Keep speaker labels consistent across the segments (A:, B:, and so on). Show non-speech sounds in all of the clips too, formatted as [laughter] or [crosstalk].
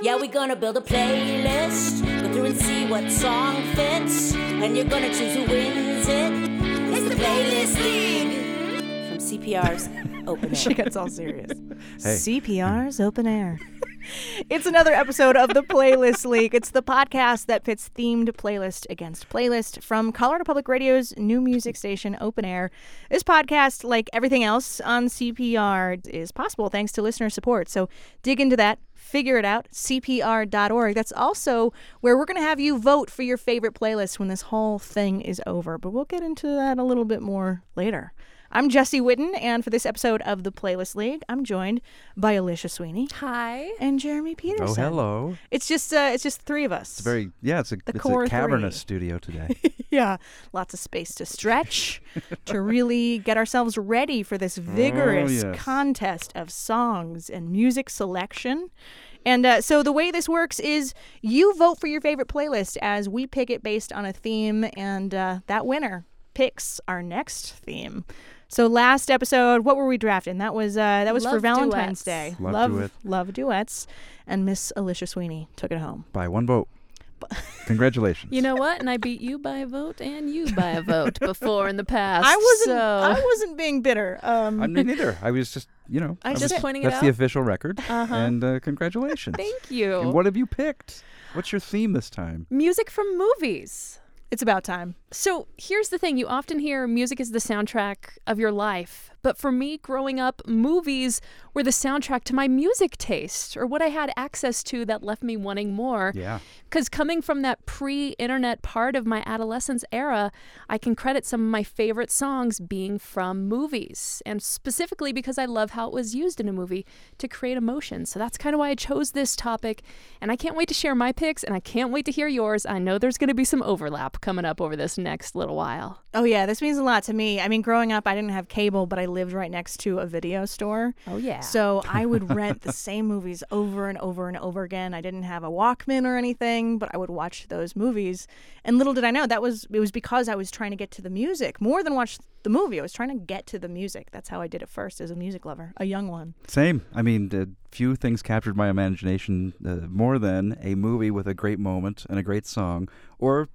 A: Yeah, we're gonna build a playlist. Go through and see what song fits. And you're gonna choose who wins it. It's, the Playlist League from CPR's Open Air.
B: [laughs] She gets all serious.
C: Hey.
B: CPR's open air. It's another episode of the Playlist League. It's the podcast that pits themed playlist against playlist from Colorado Public Radio's new music station, Open Air. This podcast, like everything else on CPR, is possible thanks to listener support. So dig into that, figure it out, cpr.org. That's also where we're going to have you vote for your favorite playlist when this whole thing is over. But we'll get into that a little bit more later. I'm Jesse Witten, and for this episode of the Playlist League, I'm joined by Alicia Sweeney
D: Hi.
B: and Jeremy Peterson.
C: Oh, hello.
B: It's just uh, it's just three of us. It's
C: Very yeah, it's a it's
B: core
C: a cavernous
B: three.
C: studio
D: [laughs]
C: today.
B: [laughs] yeah, lots of space to stretch, to really get ourselves ready for
C: [laughs]
B: this vigorous
C: Oh, yes.
B: contest of songs and music selection. And uh, so the way this works is you vote for your favorite playlist as we pick it based on a theme, and uh, that winner picks our next theme. So last episode, what were we drafting? That was uh, that was for
D: Love
B: Valentine's
D: duets.
B: Day.
C: Love
B: love
C: duet.
B: love duets, and Miss Alicia Sweeney took it home.
C: By one vote.
D: [laughs]
C: Congratulations.
D: You know what? And I beat you by a vote and you by a vote before in the past.
B: I wasn't.
D: [laughs] So
B: I wasn't being bitter. Um,
C: I mean, neither. I was just, you know,
B: I
C: was-
B: just
D: pointing it
C: That's the
D: out. Uh-huh.
C: official record, and uh, congratulations.
D: thank you.
C: And what have you picked? What's your theme this time?
D: Music from movies.
B: it's about time.
D: So here's the thing you often hear music is the soundtrack of your life. But for me, growing up, movies were the soundtrack to my music taste or what I had access to that left me wanting more.
C: Yeah.
D: Because coming from that pre internet part of my adolescence era, I can credit some of my favorite songs being from movies. And specifically because I love how it was used in a movie to create emotion. So that's kind of why I chose this topic. And I can't wait to share my picks and I can't wait to hear yours. I know there's going to be some overlap coming up over this next little while.
B: Oh yeah, this means a lot to me. I mean, growing up, I didn't have cable, but I lived right next to a video store.
D: Oh, yeah.
B: So I
D: [laughs]
B: would rent the same movies over and over and over again. I didn't have a Walkman or anything, but I would watch those movies. And little did I know that was it was because I was trying to get to the music more than watch the movie. I was trying to get to the music. That's how I did it first as a music lover, a young one.
C: Same. I mean, the few things captured my imagination uh, more than a movie with a great moment and a great song, or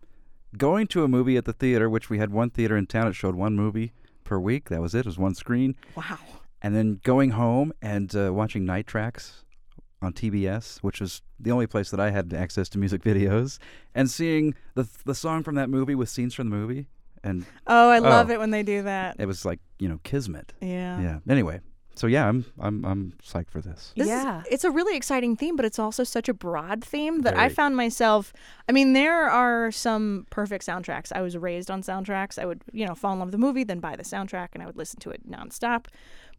C: going to a movie at the theater, which we had one theater in town. It showed one movie per week. That was it. It was one screen.
B: Wow.
C: and then going home and uh, watching Night Tracks on TBS, which was the only place that I had access to music [laughs] videos, and seeing the the song from that movie with scenes from the movie, and
B: Oh, I love
C: Oh.
B: it when they do that.
C: it was like you know kismet.
B: Yeah.
C: Yeah. Anyway, so yeah, I'm I'm I'm psyched for this.
B: This is-
D: Yeah.
B: it's a really exciting theme, but it's also such a broad theme that I
C: Very.
B: found myself. I mean, there are some perfect soundtracks. I was raised on soundtracks. I would, you know, fall in love with the movie, then buy the soundtrack, and I would listen to it nonstop.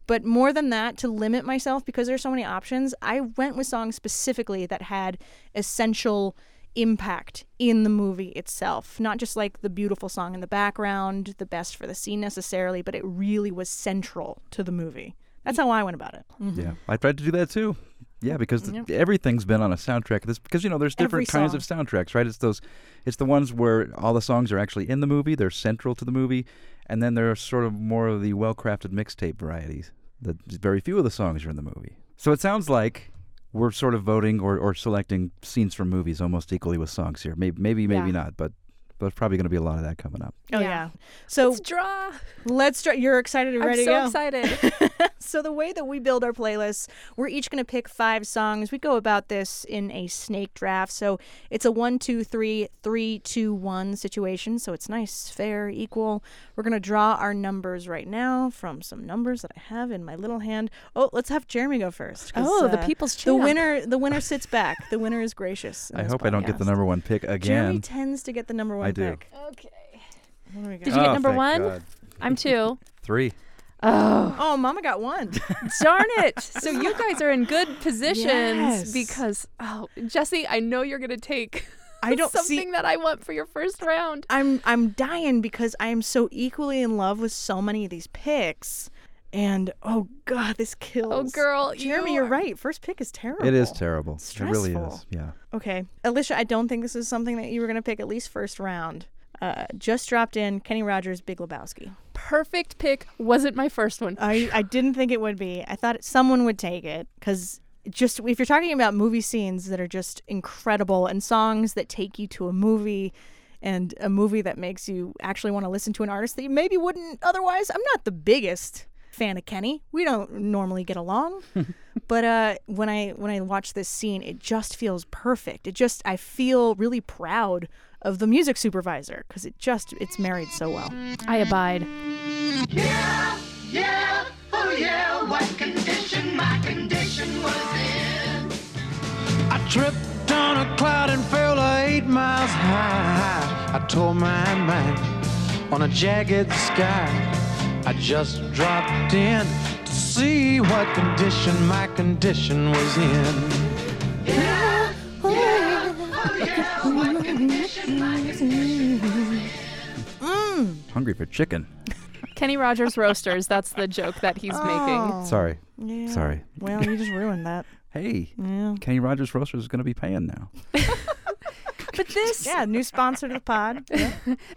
B: But more than that, to limit myself because there's so many options, I went with songs specifically that had essential impact in the movie itself. Not just like the beautiful song in the background, the best for the scene necessarily, but it really was central to the movie. That's how I went about it. Mhm.
D: Mm-hmm.
C: Yeah, I tried to do that too. Yeah, because th- everything's been on a soundtrack. This because you know there's
B: Every
C: different kinds of soundtracks, right? It's those, it's the ones where all the songs are actually in the movie. They're central to the movie, and then there are sort of more of the well-crafted mixtape varieties. That very few of the songs are in the movie. So it sounds like we're sort of voting or, or selecting scenes from movies almost equally with songs here. Maybe maybe maybe
D: Yeah.
C: not, but there's probably going to be a lot of that coming up.
B: Oh yeah.
D: Yeah.
B: So
D: Let's draw.
B: let's start. You're excited and
D: I'm
B: ready
D: so
B: to go. [laughs]
D: excited.
B: So the way that we build our playlists, we're each going to pick five songs. We go about this in a snake draft. So it's a one, two, three, three, two, one situation. So it's nice, fair, equal. We're going to draw our numbers right now from some numbers that I have in my little hand. Oh, let's have Jeremy go first. 'cause,
D: Oh, the people's
B: uh, The
D: champ.
B: winner, the winner sits back. The winner is gracious. in
C: I
B: this
C: hope I don't get the
B: podcast.
C: number one pick
B: Jeremy
C: again.
B: tends to get the number one
C: I do.
B: pick.
D: okay.
B: There we go.
D: Did you get
C: Oh,
D: number
C: thank
D: one?
C: God.
D: I'm two.
C: Three.
D: Oh.
B: Oh, Mama got one.
D: Darn it. So you guys are in good positions
B: Yes.
D: because oh Jesse, I know you're gonna take
B: I don't
D: [laughs] something
B: see.
D: that I want for your first round.
B: I'm I'm dying because I am so equally in love with so many of these picks. And oh god, this kills.
D: Oh, girl,
B: Jeremy,
D: you
B: you are
D: are-
B: right. First pick is terrible.
C: It is terrible. It really is.
B: Stressful.
C: Yeah.
B: Okay, Alicia, I don't think this is something that you were gonna pick at least first round. Uh, just dropped in Kenny Rogers, Big Lebowski.
D: Perfect pick wasn't my first one.
B: I I didn't think it would be. I thought someone would take it because just if you're talking about movie scenes that are just incredible and songs that take you to a movie and a movie that makes you actually want to listen to an artist that you maybe wouldn't otherwise. I'm not the biggest fan of Kenny. We don't normally get along. but uh, when I when I watch this scene, it just feels perfect. It just I feel really proud of the music supervisor because it just it's married so well.
D: I abide.
E: Yeah, yeah, oh yeah, what condition my condition was in.
F: I tripped on a cloud and fell eight miles high. I tore my mind on a jagged sky. I just dropped in to see what condition my condition was in.
C: Hungry for chicken.
D: Kenny Rogers Roasters, that's the joke that he's
B: Oh.
D: making.
C: Sorry.
B: Yeah.
C: Sorry.
B: Well, you just ruined that.
C: Hey,
B: Yeah.
C: Kenny Rogers Roasters is going to be paying now.
D: But this
B: Yeah, new sponsor to the
D: [laughs]
B: pod.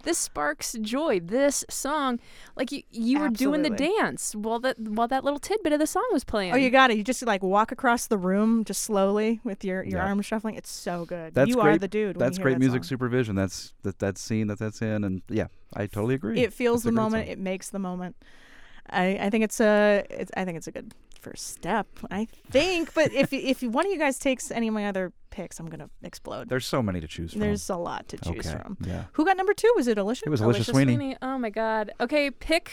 D: this sparks joy. This song, like you, you were doing the
B: Absolutely.
D: dance while that while that little tidbit of the song was playing.
B: Oh, you got it. You just like walk across the room just slowly with your, your
C: Yeah.
B: arm shuffling. It's so good.
C: That's
B: you
C: great.
B: are the dude. when
C: That's
B: you hear
C: great
B: that
C: music
B: song.
C: supervision. That's that that scene that that's in, and yeah, I totally agree.
B: It feels
C: It's a
B: the
C: great
B: moment.
C: song.
B: It makes the moment. I, I think it's a it's, I think it's a good first step. I think, but
C: [laughs]
B: if if one of you guys takes any of my other picks, I'm gonna explode.
C: There's so many to choose from.
B: There's a lot to choose
C: Okay,
B: from.
C: yeah.
B: Who got number two? Was it Alicia?
C: it was Alicia, Sweeney.
D: Oh my God. Okay, pick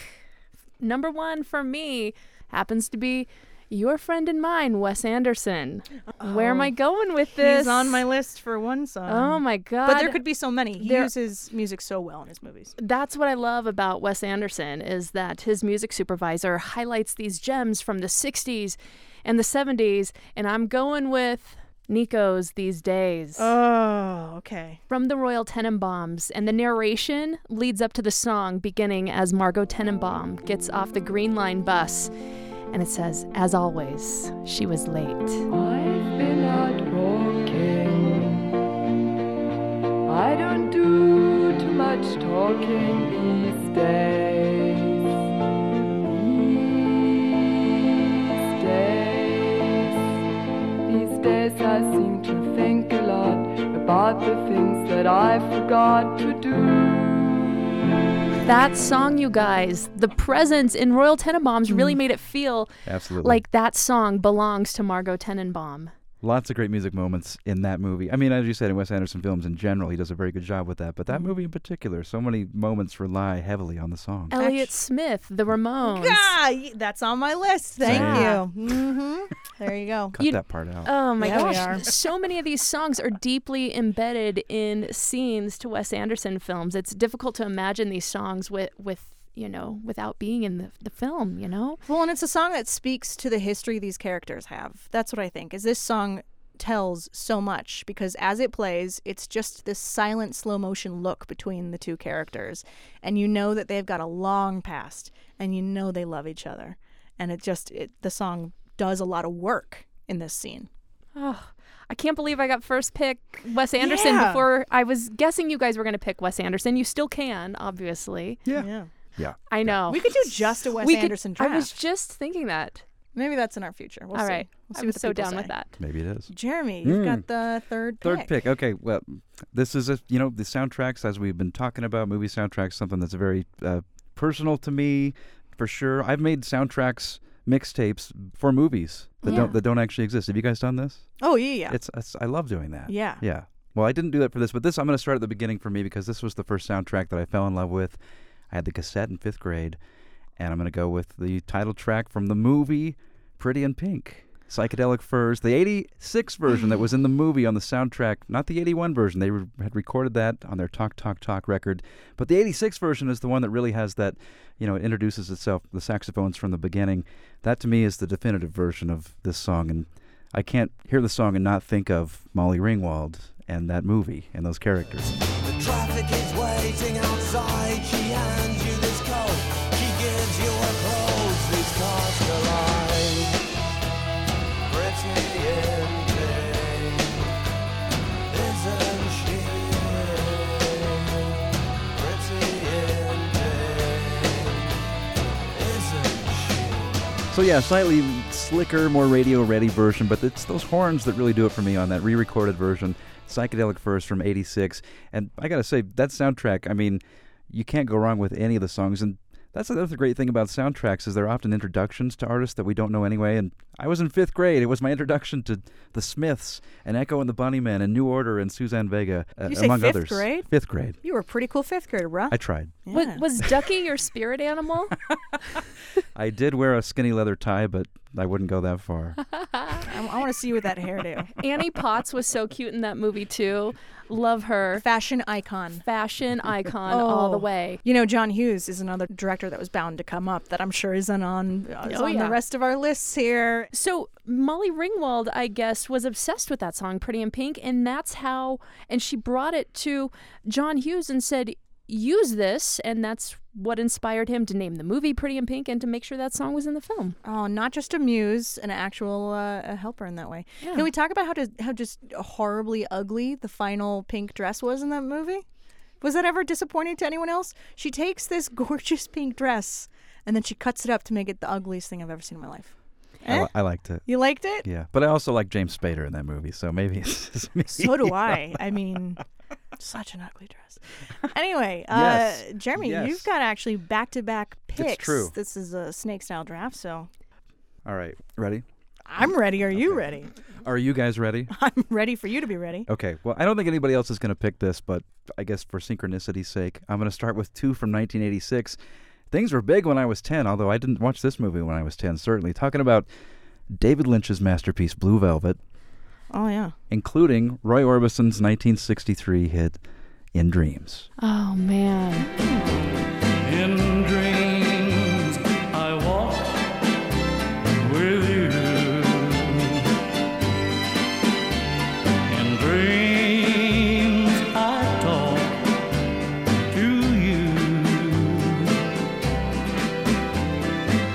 D: number one for me happens to be your friend and mine, Wes Anderson. Oh, Where am I going with this?
B: Oh, He's on my list for one song.
D: Oh my God.
B: But there could be so many. He
D: There-
B: uses music so well in his movies.
D: that's what I love about Wes Anderson is that his music supervisor highlights these gems from the 60s and the 70s and I'm going with Nico's these days
B: Oh, okay.
D: from the Royal Tenenbaums and the narration leads up to the song beginning as Margot Tenenbaum gets off the Green Line bus and it says as always she was late.
G: I've been out walking. I don't do too much talking these days. These days. These days I seem to think a lot about the things that I forgot to do.
D: That song you guys, the presence in Royal Tenenbaums really made it feel
C: Absolutely.
D: like that song belongs to Margot Tenenbaum.
C: lots of great music moments in that movie. I mean, as you said, in Wes Anderson films in general, he does a very good job with that. But
B: Mm-hmm.
C: that movie in particular, so many moments rely heavily on the song.
D: Elliott Smith, The Ramones.
B: Ah, y- that's on my list. Thank
D: Same.
B: you. Mm-hmm. There you
D: [laughs]
B: go.
C: Cut
D: you-
C: that part out.
D: Oh my
B: Yeah, we are.
D: gosh. So many of these songs are deeply embedded in scenes to Wes Anderson films. It's difficult to imagine these songs with, with you know, without being in the, the film, you know?
B: Well, and it's a song that speaks to the history these characters have. That's what I think. Is this song tells so much because as it plays, it's just this silent slow motion look between the two characters and you know that they've got a long past and you know they love each other. And it just it, the song does a lot of work in this scene.
D: Oh, I can't believe I got first pick Wes Anderson
B: Yeah.
D: before I was guessing you guys were going to pick Wes Anderson. You still can, obviously.
C: yeah. yeah.
D: I know.
B: We could do just a Wes
D: We could-
B: Anderson
D: I
B: draft.
D: was just thinking that.
B: Maybe that's in our future. We'll
D: All
B: see.
D: right.
B: We'll see
D: I
B: what
D: was
B: the
D: so
B: people
D: down
B: say.
D: with that.
C: Maybe it is.
B: Jeremy, you've
C: Mm.
B: got the third pick.
C: Third pick. Okay, well, this is a you know the soundtracks as we've been talking about movie soundtracks, something that's very uh, personal to me for sure. I've made soundtracks mixtapes for movies that don't that don't actually exist. Have you guys done this?
B: Oh yeah, yeah.
C: It's, it's I love doing that.
B: Yeah.
C: Yeah. Well, I didn't do that for this, but this I'm going to start at the beginning for me because this was the first soundtrack that I fell in love with. I had the cassette in fifth grade, and I'm going to go with the title track from the movie Pretty in Pink. Psychedelic Furs, the 86 version that was in the movie on the soundtrack, not the 81 version. They re- had recorded that on their Talk Talk Talk record, but the 86 version is the one that really has that, you know, it introduces itself, the saxophones from the beginning. That to me is the definitive version of this song, and I can't hear the song and not think of Molly Ringwald and that movie and those characters.
H: Traffic is waiting outside. She hands you this coat. She gives you her clothes. These cars collide. Pretty in pink, isn't she? Pretty in pink, isn't she?
C: So yeah, slightly s- slicker, more radio ready version, but it's those horns that really do it for me on that re recorded version, Psychedelic First from 86. And I gotta say, that soundtrack, I mean, you can't go wrong with any of the songs. And that's another great thing about soundtracks is they're often introductions to artists that we don't know anyway. And I was in fifth grade. It was my introduction to The Smiths and Echo and the Bunnymen and New Order and Suzanne Vega, uh,
B: you say
C: among
B: fifth
C: others.
B: grade?
C: Fifth grade.
B: You were a pretty cool fifth grader, bruh.
C: I tried.
D: Wa-
B: Yeah.
D: Was, Ducky your spirit animal?
C: I did wear a skinny leather tie, but I wouldn't go that far.
B: I, want to see you with that
D: [laughs]
B: hairdo.
D: Annie Potts was so cute in that movie too. Love her.
B: Fashion icon.
D: Fashion icon all the
B: Oh.
D: way.
B: You know, John Hughes is another director that was bound to come up that I'm sure isn't on, uh, is
D: Oh,
B: on
D: yeah.
B: the rest of our lists here.
D: So Molly Ringwald, I guess, was obsessed with that song "Pretty in Pink," and that's how. And she brought it to John Hughes and said, "Use this," and that's what inspired him to name the movie "Pretty in Pink" and to make sure that song was in the film.
B: Oh, not just a muse, an actual uh, a helper in that way. Can we talk about how to, how just horribly ugly the final pink dress was in that movie? Was that ever disappointing to anyone else? She takes this [laughs] gorgeous pink dress and then she cuts it up to make it the ugliest thing I've ever seen in my life.
C: I, li- I liked it.
B: You liked it?
C: Yeah, but I also like James Spader in that movie, so maybe it's [laughs] just me.
B: So do I. I mean, such an ugly dress. Anyway,
C: Yes.
B: uh, Jeremy,
C: Yes.
B: you've got actually back to back picks.
C: true.
B: This is a snake style draft, so
C: All right, ready?
B: I'm ready. Are you ready? [laughs]
C: Are you guys ready?
B: I'm ready for you to be ready.
C: Okay. Well, I don't think anybody else is going to pick this, but I guess for synchronicity's sake, I'm going to start with two from 1986. Things were big when I was 10, although I didn't watch this movie when I was 10, certainly. Talking about David Lynch's masterpiece, Blue Velvet,
B: Oh, yeah.
C: including Roy Orbison's 1963 hit, In Dreams.
D: Oh man,
F: In dreams, I walk with you. In dreams, I talk to you.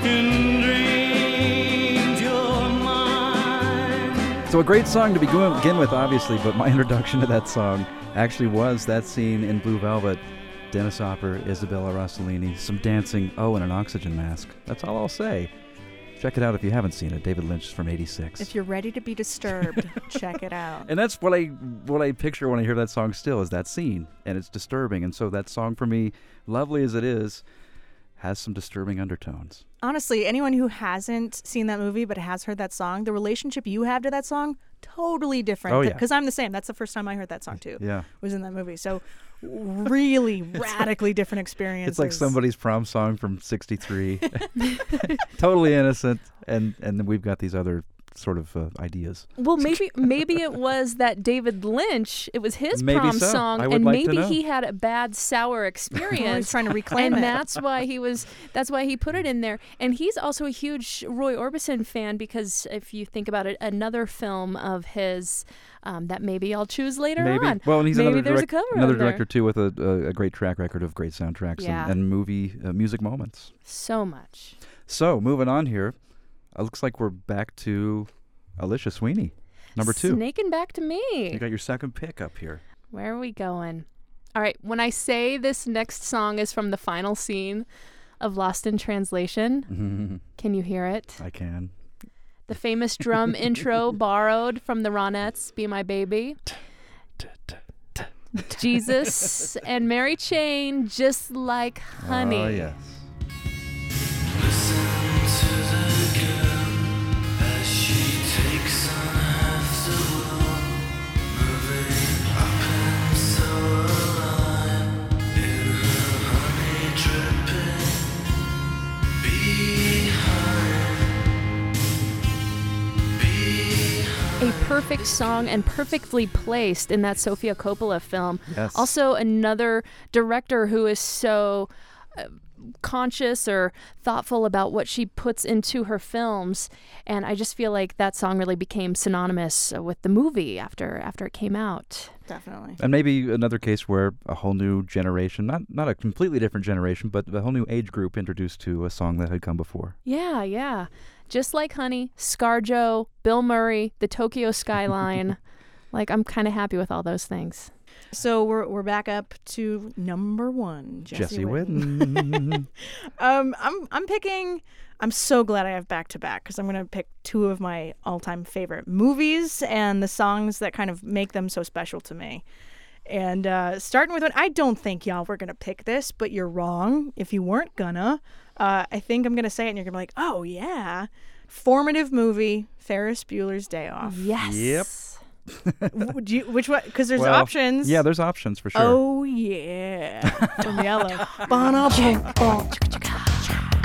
F: In dreams, you're mine.
C: So a great song to begin begin with, obviously, but my [laughs] introduction to that song actually was that scene in Blue Velvet. Dennis Hopper, Isabella Rossellini, some dancing, oh, and an oxygen mask. That's all I'll say. Check it out if you haven't seen it. David Lynch from
B: If
C: '86.
B: you're ready to be
C: [laughs]
B: disturbed, check it out.
C: And that's what I what I picture when I hear that song. Still, is that scene, and it's disturbing. And so that song for me, lovely as it is, has some disturbing undertones.
B: Honestly, anyone who hasn't seen that movie but has heard that song, the relationship you have to that song, totally different.
C: Oh, yeah.
B: Because I'm the same. That's the first time I heard that song, too.
C: Yeah.
B: Was in that movie. So,
C: [laughs]
B: really radically different experience.
C: It's like somebody's prom song from
D: [laughs]
C: '63, [laughs] totally innocent, and and then we've got these other sort of uh, ideas. [laughs]
D: well maybe maybe it was that David Lynch. It was his
C: Maybe
D: prom
C: so.
D: song,
C: I would
D: and
C: like to
D: maybe
C: know.
D: he had a
C: [laughs]
D: bad sour
B: Oh,
D: experience.
B: he's trying to reclaim
D: and
B: it.
D: that's why he was that's why he put it in there and he's also a huge roy orbison fan because if you think about it another film of his um, that maybe i'll choose later
C: Maybe
D: on
C: well, and he's
D: maybe
C: another
D: there's
C: direct-
D: a cover
C: another
D: on there.
C: director too with a, a, a great track record of great soundtracks
D: Yeah.
C: and, and movie uh, music moments.
D: so much
C: So moving on here, it looks like we're back to Alicia Sweeney, number two.
D: snaking back to
C: You
D: me
C: got your second pick up here.
D: where are we going all right when i say this next song is from the final scene of lost in translation
C: Mm-hmm.
D: can you hear it
C: I can.
D: the famous
C: [laughs]
D: drum intro borrowed from the Ronettes, Be My Baby. Jesus and Mary Chain, just like honey.
C: Oh yes.
D: A perfect song and perfectly placed in that Sofia Coppola film.
C: Yes.
D: Also, another director who is so uh, conscious or thoughtful about what she puts into her films. And I just feel like that song really became synonymous uh, with the movie after after it came out.
B: Definitely.
C: And maybe another case where a whole new generation, not not a completely different generation, but a whole new age group introduced to a song that had come before.
D: Yeah,
I: [laughs]
D: yeah. Just like Honey, Scarjo, Bill Murray, the Tokyo skyline. Like I'm kind of happy with all those things.
B: So we're we're back up to number one, Jesse,
C: Jesse
B: Witten. [laughs]
C: Witten.
B: Um, I'm I'm picking. I'm so glad I have back to back because I'm gonna pick two of my all time favorite movies and the songs that kind of make them so special to me. And uh, starting with one, I don't think y'all were gonna pick this, but you're wrong. If you weren't gonna, uh, I think I'm gonna say it, and you're gonna be like, "Oh yeah." Formative movie, Ferris Bueller's Day Off.
D: Yes.
C: Yep.
B: Would you, which one? Because there's
C: Well,
B: options.
C: Yeah, there's options for sure.
B: Oh yeah, from Yellow. Bon-a- bon- bon.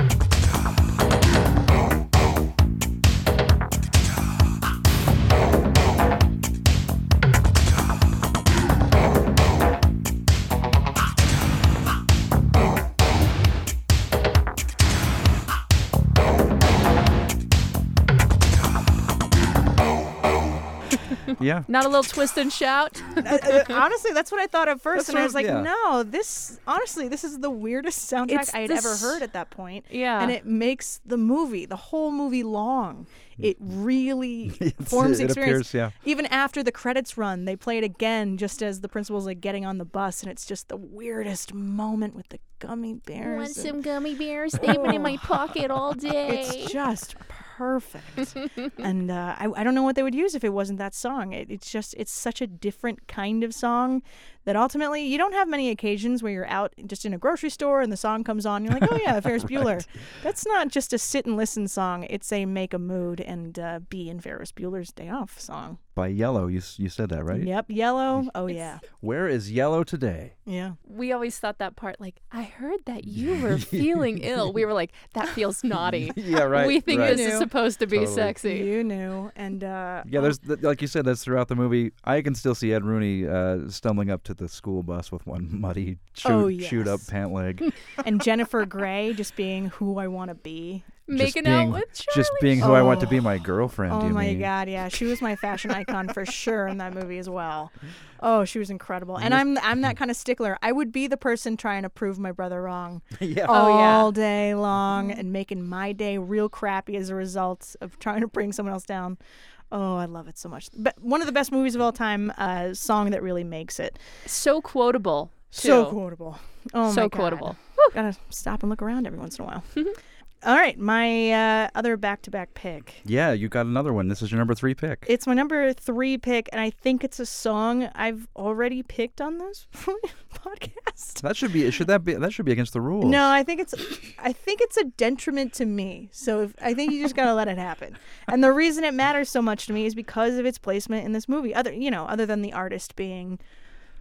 C: Yeah.
D: Not a little twist and shout. [laughs]
B: Uh, [laughs] honestly, that's what I thought at first,
C: That's
B: and I
C: what-
B: was like,
C: yeah.
B: no, this honestly, this is the weirdest [laughs] soundtrack
D: It's
B: I had
D: this-
B: ever heard at that point.
D: Yeah.
B: and it makes the movie, the whole movie, long. It really
C: Mm. [laughs] It's-
B: forms the
C: it
B: experience.
C: appears, yeah.
B: Even after the credits run, they play it again, just as the principal's like getting on the bus, and it's just the weirdest moment with the gummy bears.
I: Want
B: and-
I: some gummy bears? They've been
D: [laughs]
I: in my pocket all day.
B: It's just perfect. and uh, I, I don't know what they would use if it wasn't that song. It, it's just, it's such a different kind of song that ultimately you don't have many occasions where you're out just in a grocery store and the song comes on. And you're like, oh yeah, Ferris Bueller. That's not just a sit and listen song. It's a make a mood and uh, be in Ferris Bueller's Day Off song.
C: By Yellow, you s- you said that right?
B: Yep,
C: [laughs]
B: yellow. Oh yeah,
C: Where is
B: [laughs]
C: Yellow today?
B: yeah.
D: We always thought that part like I heard that you were
I: [laughs]
D: feeling ill. We were like that feels naughty.
C: Yeah, right,
D: We think
C: right.
D: this is
B: Knew.
D: supposed to be
C: Totally.
D: sexy.
B: You knew, and uh,
C: Yeah, there's th- like you said, that's throughout the movie. I can still see Ed Rooney uh, stumbling up to the school bus with one muddy shoot,
B: Oh,
C: shoot up
B: yes.
C: pant
B: [laughs]
C: leg,
B: [laughs] and Jennifer Grey just being who I want to be.
C: just
D: Making out
C: being
D: with Charlie.
C: just being who I want to be my girlfriend.
B: Oh
C: you
B: my
C: mean.
B: god, yeah, she was my fashion icon for sure in that movie as well. Oh, she was incredible, and I'm I'm that kind of stickler. I would be the person trying to prove my brother wrong
C: [laughs] yeah,
D: Oh, yeah.
B: all day long and making my day real crappy as a result of trying to bring someone else down. Oh, I love it so much. But one of the best movies of all time, uh, song that really makes it
D: so quotable.
B: so
D: too.
B: quotable. Oh,
D: so
B: my God.
D: quotable.
B: Gotta stop and look around every once in a while. [laughs] all right, my uh, other back-to-back pick.
C: yeah. You got another one. This is your number three pick.
B: It's my number three pick, and I think it's a song I've already picked on this [laughs] podcast.
C: that should be. Should that be? That should be against the rules.
B: No, I think it's, I think it's a detriment to me. So if, I think you just gotta let it happen. And the reason it matters so much to me is because of its placement in this movie. Other, you know, other than the artist being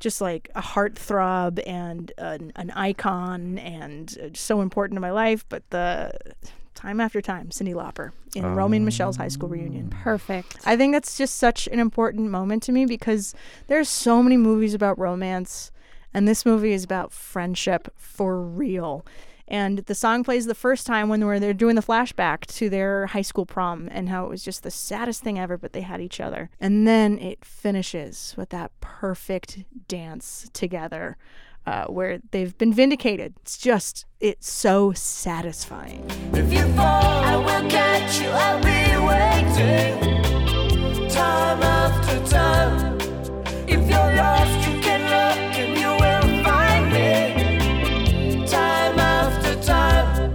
B: just like a heartthrob and an, an icon and uh, so important to my life, but the time after time, Cindy Lauper in Romy and Michelle's high school reunion.
D: Perfect.
B: I think that's just such an important moment to me because there's so many movies about romance, and this movie is about friendship for real. And the song plays the first time when they're, they're doing the flashback to their high school prom and how it was just the saddest thing ever, but they had each other. And then it finishes with that perfect dance together uh, where they've been vindicated. It's just, it's so satisfying.
H: If you fall, I will catch you. I'll be waiting. Time after time. If you're lost, you can look and you will find me. Time after time.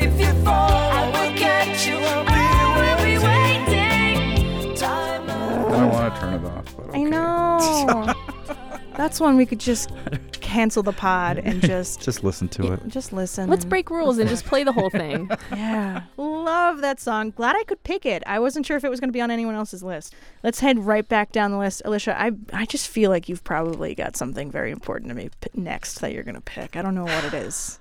H: If you fall, I will catch you. I'll be waiting. Time after
C: I don't want to turn it off. But okay.
B: I know. That's one we could just cancel the pod and just
C: Just listen to it.
B: just listen.
D: Let's
B: and-
D: break rules
B: [laughs]
D: and just play the whole thing.
B: Yeah. Love that song. Glad I could pick it. I wasn't sure if it was going to be on anyone else's list. Let's head right back down the list. Alicia, I I just feel like you've probably got something very important to me p- next that you're going to pick. I don't know what it is.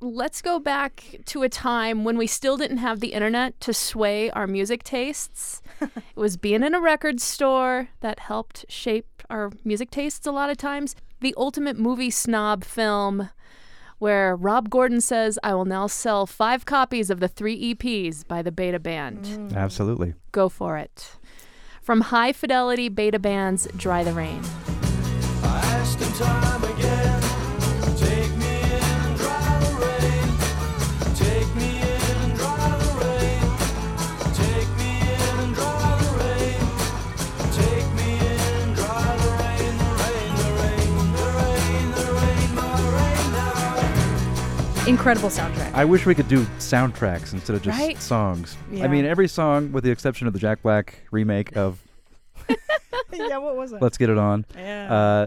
D: Let's go back to a time when we still didn't have the internet to sway our music tastes. it was being in a record store that helped shape our music tastes a lot of times. The ultimate movie snob film where Rob Gordon says, I will now sell five copies of the three EPs by the Beta Band.
C: Mm. Absolutely.
D: Go for it. From High Fidelity Beta Band's Dry the Rain.
H: I asked him time again. Take me in, dry the rain. Take me in, dry the rain. Take me in, dry the rain. Take me in,
B: Incredible
C: [laughs]
B: soundtrack.
C: I wish we could do soundtracks instead of just
D: Right?
C: songs.
B: Yeah.
C: I mean, every song, with the exception of the Jack Black remake of
B: yeah, what was it?
C: "Let's Get It On,"
B: yeah.
C: uh,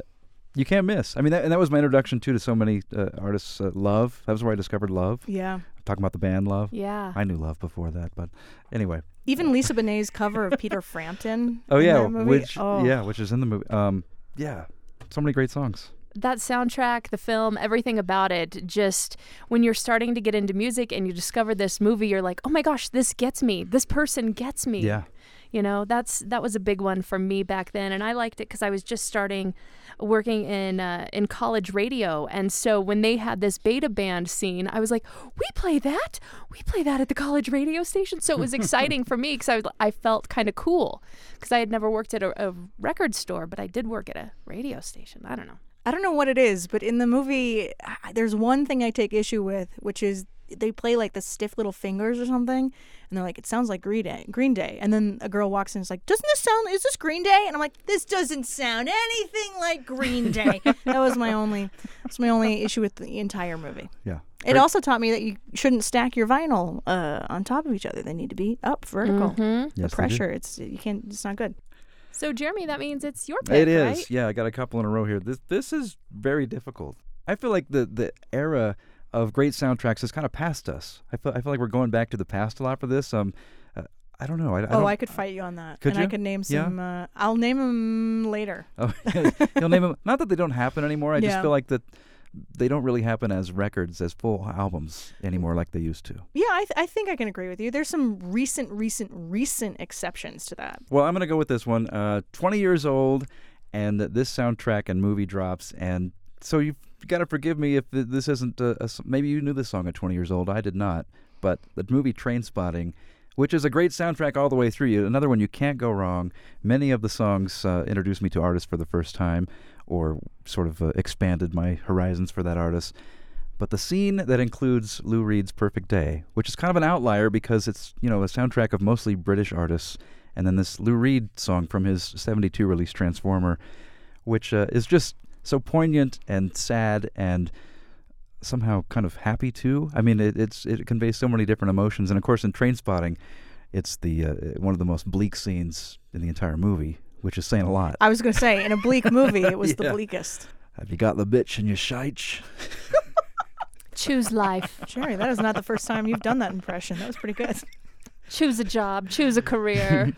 C: you can't miss. I mean, that, and that was my introduction too to so many uh, artists. Uh, Love. That was where I discovered Love.
B: yeah.
C: I'm talking about the band Love.
D: Yeah.
C: I knew Love before that, but anyway.
B: Even Lisa Benet's cover of Peter Frampton.
C: Oh
B: in
C: yeah,
B: that movie.
C: which
B: Oh.
C: yeah, which is in the movie. Um, yeah, so many great songs.
D: that soundtrack, the film, everything about it, just when you're starting to get into music and you discover this movie, you're like, "Oh my gosh, this gets me. This person gets me."
C: Yeah.
D: You know, that's that was a big one for me back then and I liked it cuz I was just starting working in uh, in college radio and so when they had this beta band scene, I was like, "We play that? We play that at the college radio station." So it was exciting for me cuz I was, I felt kind of cool cuz I had never worked at a, a record store, but I did work at a radio station. I don't know.
B: I don't know what it is, but in the movie, I- there's one thing I take issue with, which is they play like the stiff little fingers or something, and they're like, "It sounds like Green Day." Green Day, and then a girl walks in, and is like, "Doesn't this sound? Is this Green Day?" And I'm like, "This doesn't sound anything like Green Day." that was my only, that's my only issue with the entire movie.
C: Yeah.
B: It also taught me that you shouldn't stack your vinyl uh, on top of each other. They need to be up vertical. The
C: Yes, they do.
B: pressure, it's you can't, it's not good.
D: So Jeremy, that means it's your pick,
C: It is.
D: right?
C: Yeah, I got a couple in a row here. This this is very difficult. I feel like the the era of great soundtracks has kind of passed us. I feel I feel like we're going back to the past a lot for this. Um, uh, I don't know. I, I
B: oh,
C: don't-
B: I could fight you on that,
C: Could
B: and I
C: you?
B: could name
C: Yeah.
B: some. Uh, I'll name them later.
C: [laughs] Oh, you'll name them. Not that they don't happen anymore. I
B: Yeah.
C: just feel like that they don't really happen as records, as full albums anymore, like they used to.
B: Yeah, I, th- I think I can agree with you. There's some recent, recent, recent exceptions to that.
C: Well, I'm gonna go with this one. Uh, 20 years old, and this soundtrack and movie drops, and so you have got to forgive me if th- this isn't a, a s- maybe you knew this song at 20 years old. I did not, but the movie Train Spotting, which is a great soundtrack all the way through. You another one you can't go wrong. Many of the songs uh, introduced me to artists for the first time, or sort of uh, expanded my horizons for that artist. But the scene that includes Lou Reed's Perfect Day, which is kind of an outlier because it's, you know, a soundtrack of mostly British artists, and then this Lou Reed song from his 72 release Transformer, which uh, is just so poignant and sad and somehow kind of happy too. I mean, it, it's it conveys so many different emotions. And of course, in Train Spotting, it's the uh, one of the most bleak scenes in the entire movie, which is saying a lot.
B: I was going to say, in a
C: [laughs]
B: bleak movie, it was the
C: Yeah.
B: bleakest.
C: Have you got the bitch in your shite?
D: Choose life.
B: Jerry, that is not the first time you've done that impression. That was pretty good.
D: choose a job. Choose
C: [laughs]
D: a career.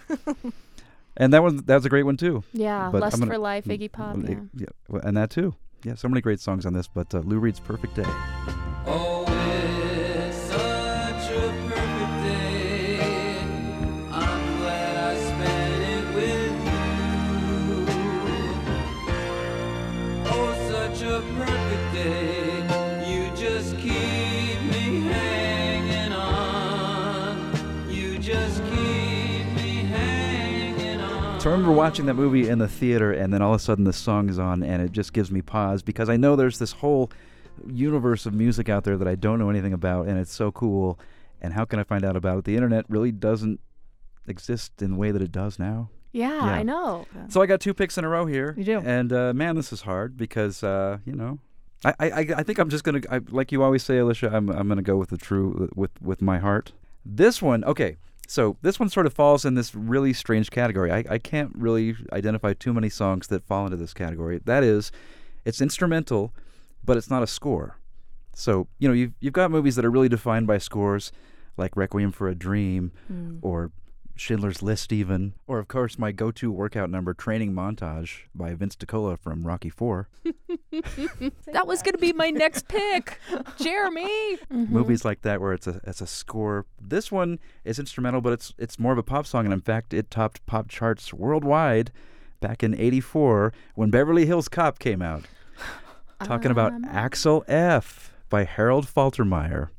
C: And that one, that was a great one too.
D: Yeah.
C: But
D: Ah, Lust
C: I'm gonna-
D: for life, Iggy Pop.
C: Well,
D: Yeah.
C: it- yeah, well, and that too. Yeah, so many great songs on this, but uh, Lou Reed's "Perfect Day."
H: Oh, it's such a perfect day. I'm glad I spent it with you. Oh, such a perfect day. You just keep me hanging on. You just keep me hanging on.
C: So I remember watching that movie in the theater, and then all of a sudden the song is on, and it just gives me pause because I know there's this whole universe of music out there that I don't know anything about, and it's so cool. And how can I find out about it? The internet really doesn't exist in the way that it does now.
D: yeah,
C: Yeah.
D: I know.
C: So I got two picks in a row here.
B: You do.
C: And uh, man, this is hard because uh, you know, I, I I- I think I'm just gonna I, like you always say, Alicia. I'm I'm gonna go with the true with with my heart. This one, okay. So this one sort of falls in this really strange category. I, I can't really identify too many songs that fall into this category. That is, it's instrumental, but it's not a score. So you know you've you've got movies that are really defined by scores, like Requiem for a Dream,
B: Hmm.
C: or Schindler's List, even, or of course my go-to workout number, Training Montage by Vince DiCola from Rocky Four.
D: That was going to be
B: [laughs]
D: my next pick. Jeremy.
C: Movies like that where it's a it's a score. This one is instrumental, but it's it's more of a pop song, and in fact, it topped pop charts worldwide back in '84 when Beverly Hills Cop came out. Talking about Axel F by Harold Faltermeyer.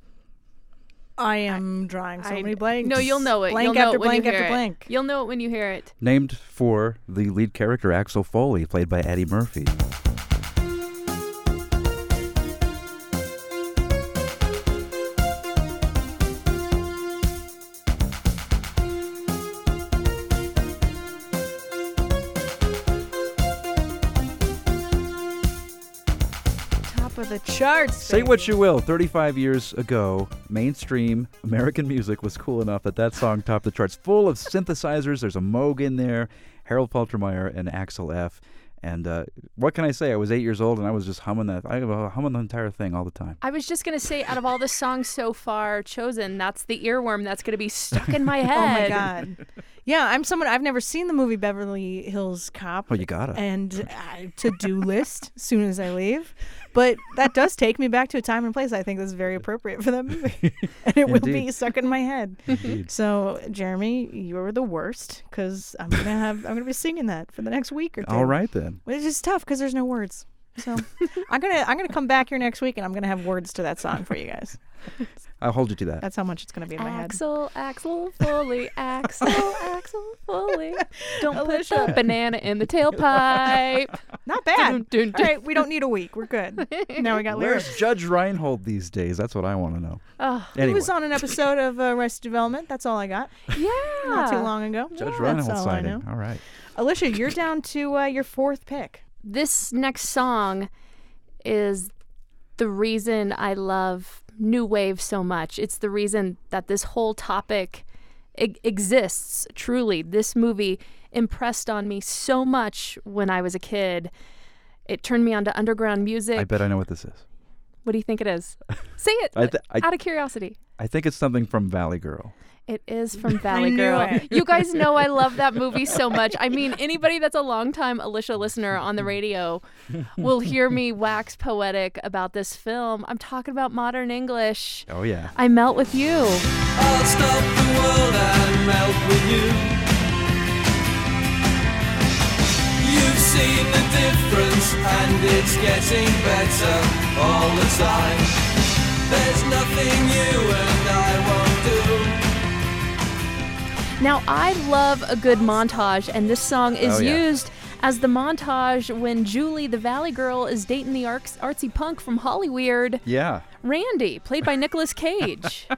B: I am drawing so many blanks.
D: No, you'll know it.
B: Blank
D: you'll know
B: after
D: it when
B: blank
D: you
B: after
D: hear it.
B: blank.
D: You'll know it when you hear it.
C: named for the lead character Axel Foley, played by Eddie Murphy.
D: Top
B: top of the charts.
C: Say
B: baby.
C: what you will, 35 years ago, mainstream American music was cool enough that that song topped the charts. Full of synthesizers. There's a Moog in there, Harold Faltermeyer and Axel F. And uh, what can I say? I was eight years old and I was just humming that. I was humming the entire thing all the time.
D: I was just gonna say, out of all the songs so far chosen, that's the earworm that's gonna be stuck in
B: [laughs]
D: my
B: Oh my
D: head.
B: god. Yeah, I'm someone I've never seen the movie Beverly Hills Cop.
C: Oh, you gotta.
B: And uh, to-do list soon as I leave. But that does take me back to a time and place I think that's very appropriate for that
C: [laughs]
B: movie. and it will be
C: Indeed.
B: stuck in my head. So, Jeremy, you're the worst cuz I'm going to have I'm going to be singing that for the next week or two.
C: All right then.
B: Which is tough cuz there's no words. So, I'm going to I'm going to come back here next week and I'm going to have words to that song for you guys.
C: I'll hold you to that.
B: That's how much it's going to be in my head.
D: Axel, Axel, Foley,
B: [laughs]
D: Axel, Axel, Foley. Don't put
B: Alicia.
D: the banana in the tailpipe.
B: [laughs] Not bad.
D: Dun, dun,
B: All right, we don't need a week. We're
D: [laughs]
B: good. Now we got lyrics.
C: Where's Judge Reinhold these days? That's what I want to know.
D: Oh,
C: Anyway,
B: He was on an episode of uh, Arrested Development. That's all I got.
D: yeah.
B: Not
D: Ah.
B: too long ago.
C: Judge
B: Yeah,
C: Reinhold
B: that's all I
C: signing.
B: know.
C: All right.
B: Alicia, you're down to uh, your fourth pick.
D: This next song is the reason I love new wave so much. It's the reason that this whole topic e- exists truly. This movie impressed on me so much when I was a kid. It turned me on to underground music.
C: I bet I know what this is.
D: What do you think
C: [laughs]
D: it is? Say it
C: I th- I-
D: out of curiosity.
C: I think it's something from Valley Girl.
D: It is
B: [laughs]
D: from Valley
B: knew
D: Girl.
B: it.
D: You guys know I love that movie so much. I mean, anybody that's a longtime Alicia listener on the radio will hear me wax poetic about this film. I'm talking about modern English.
C: Oh, yeah.
D: I melt with you.
H: I'll stop the world and melt with you. You've seen the difference, and it's getting better all the time. There's nothing you and I won't do.
D: Now, I love a good montage, and this song is
C: Oh, yeah.
D: used as the montage when Julie, the Valley Girl, is dating the arcs- artsy punk from Hollyweird.
C: Yeah.
D: Randy, played by
C: [laughs]
D: Nicolas Cage.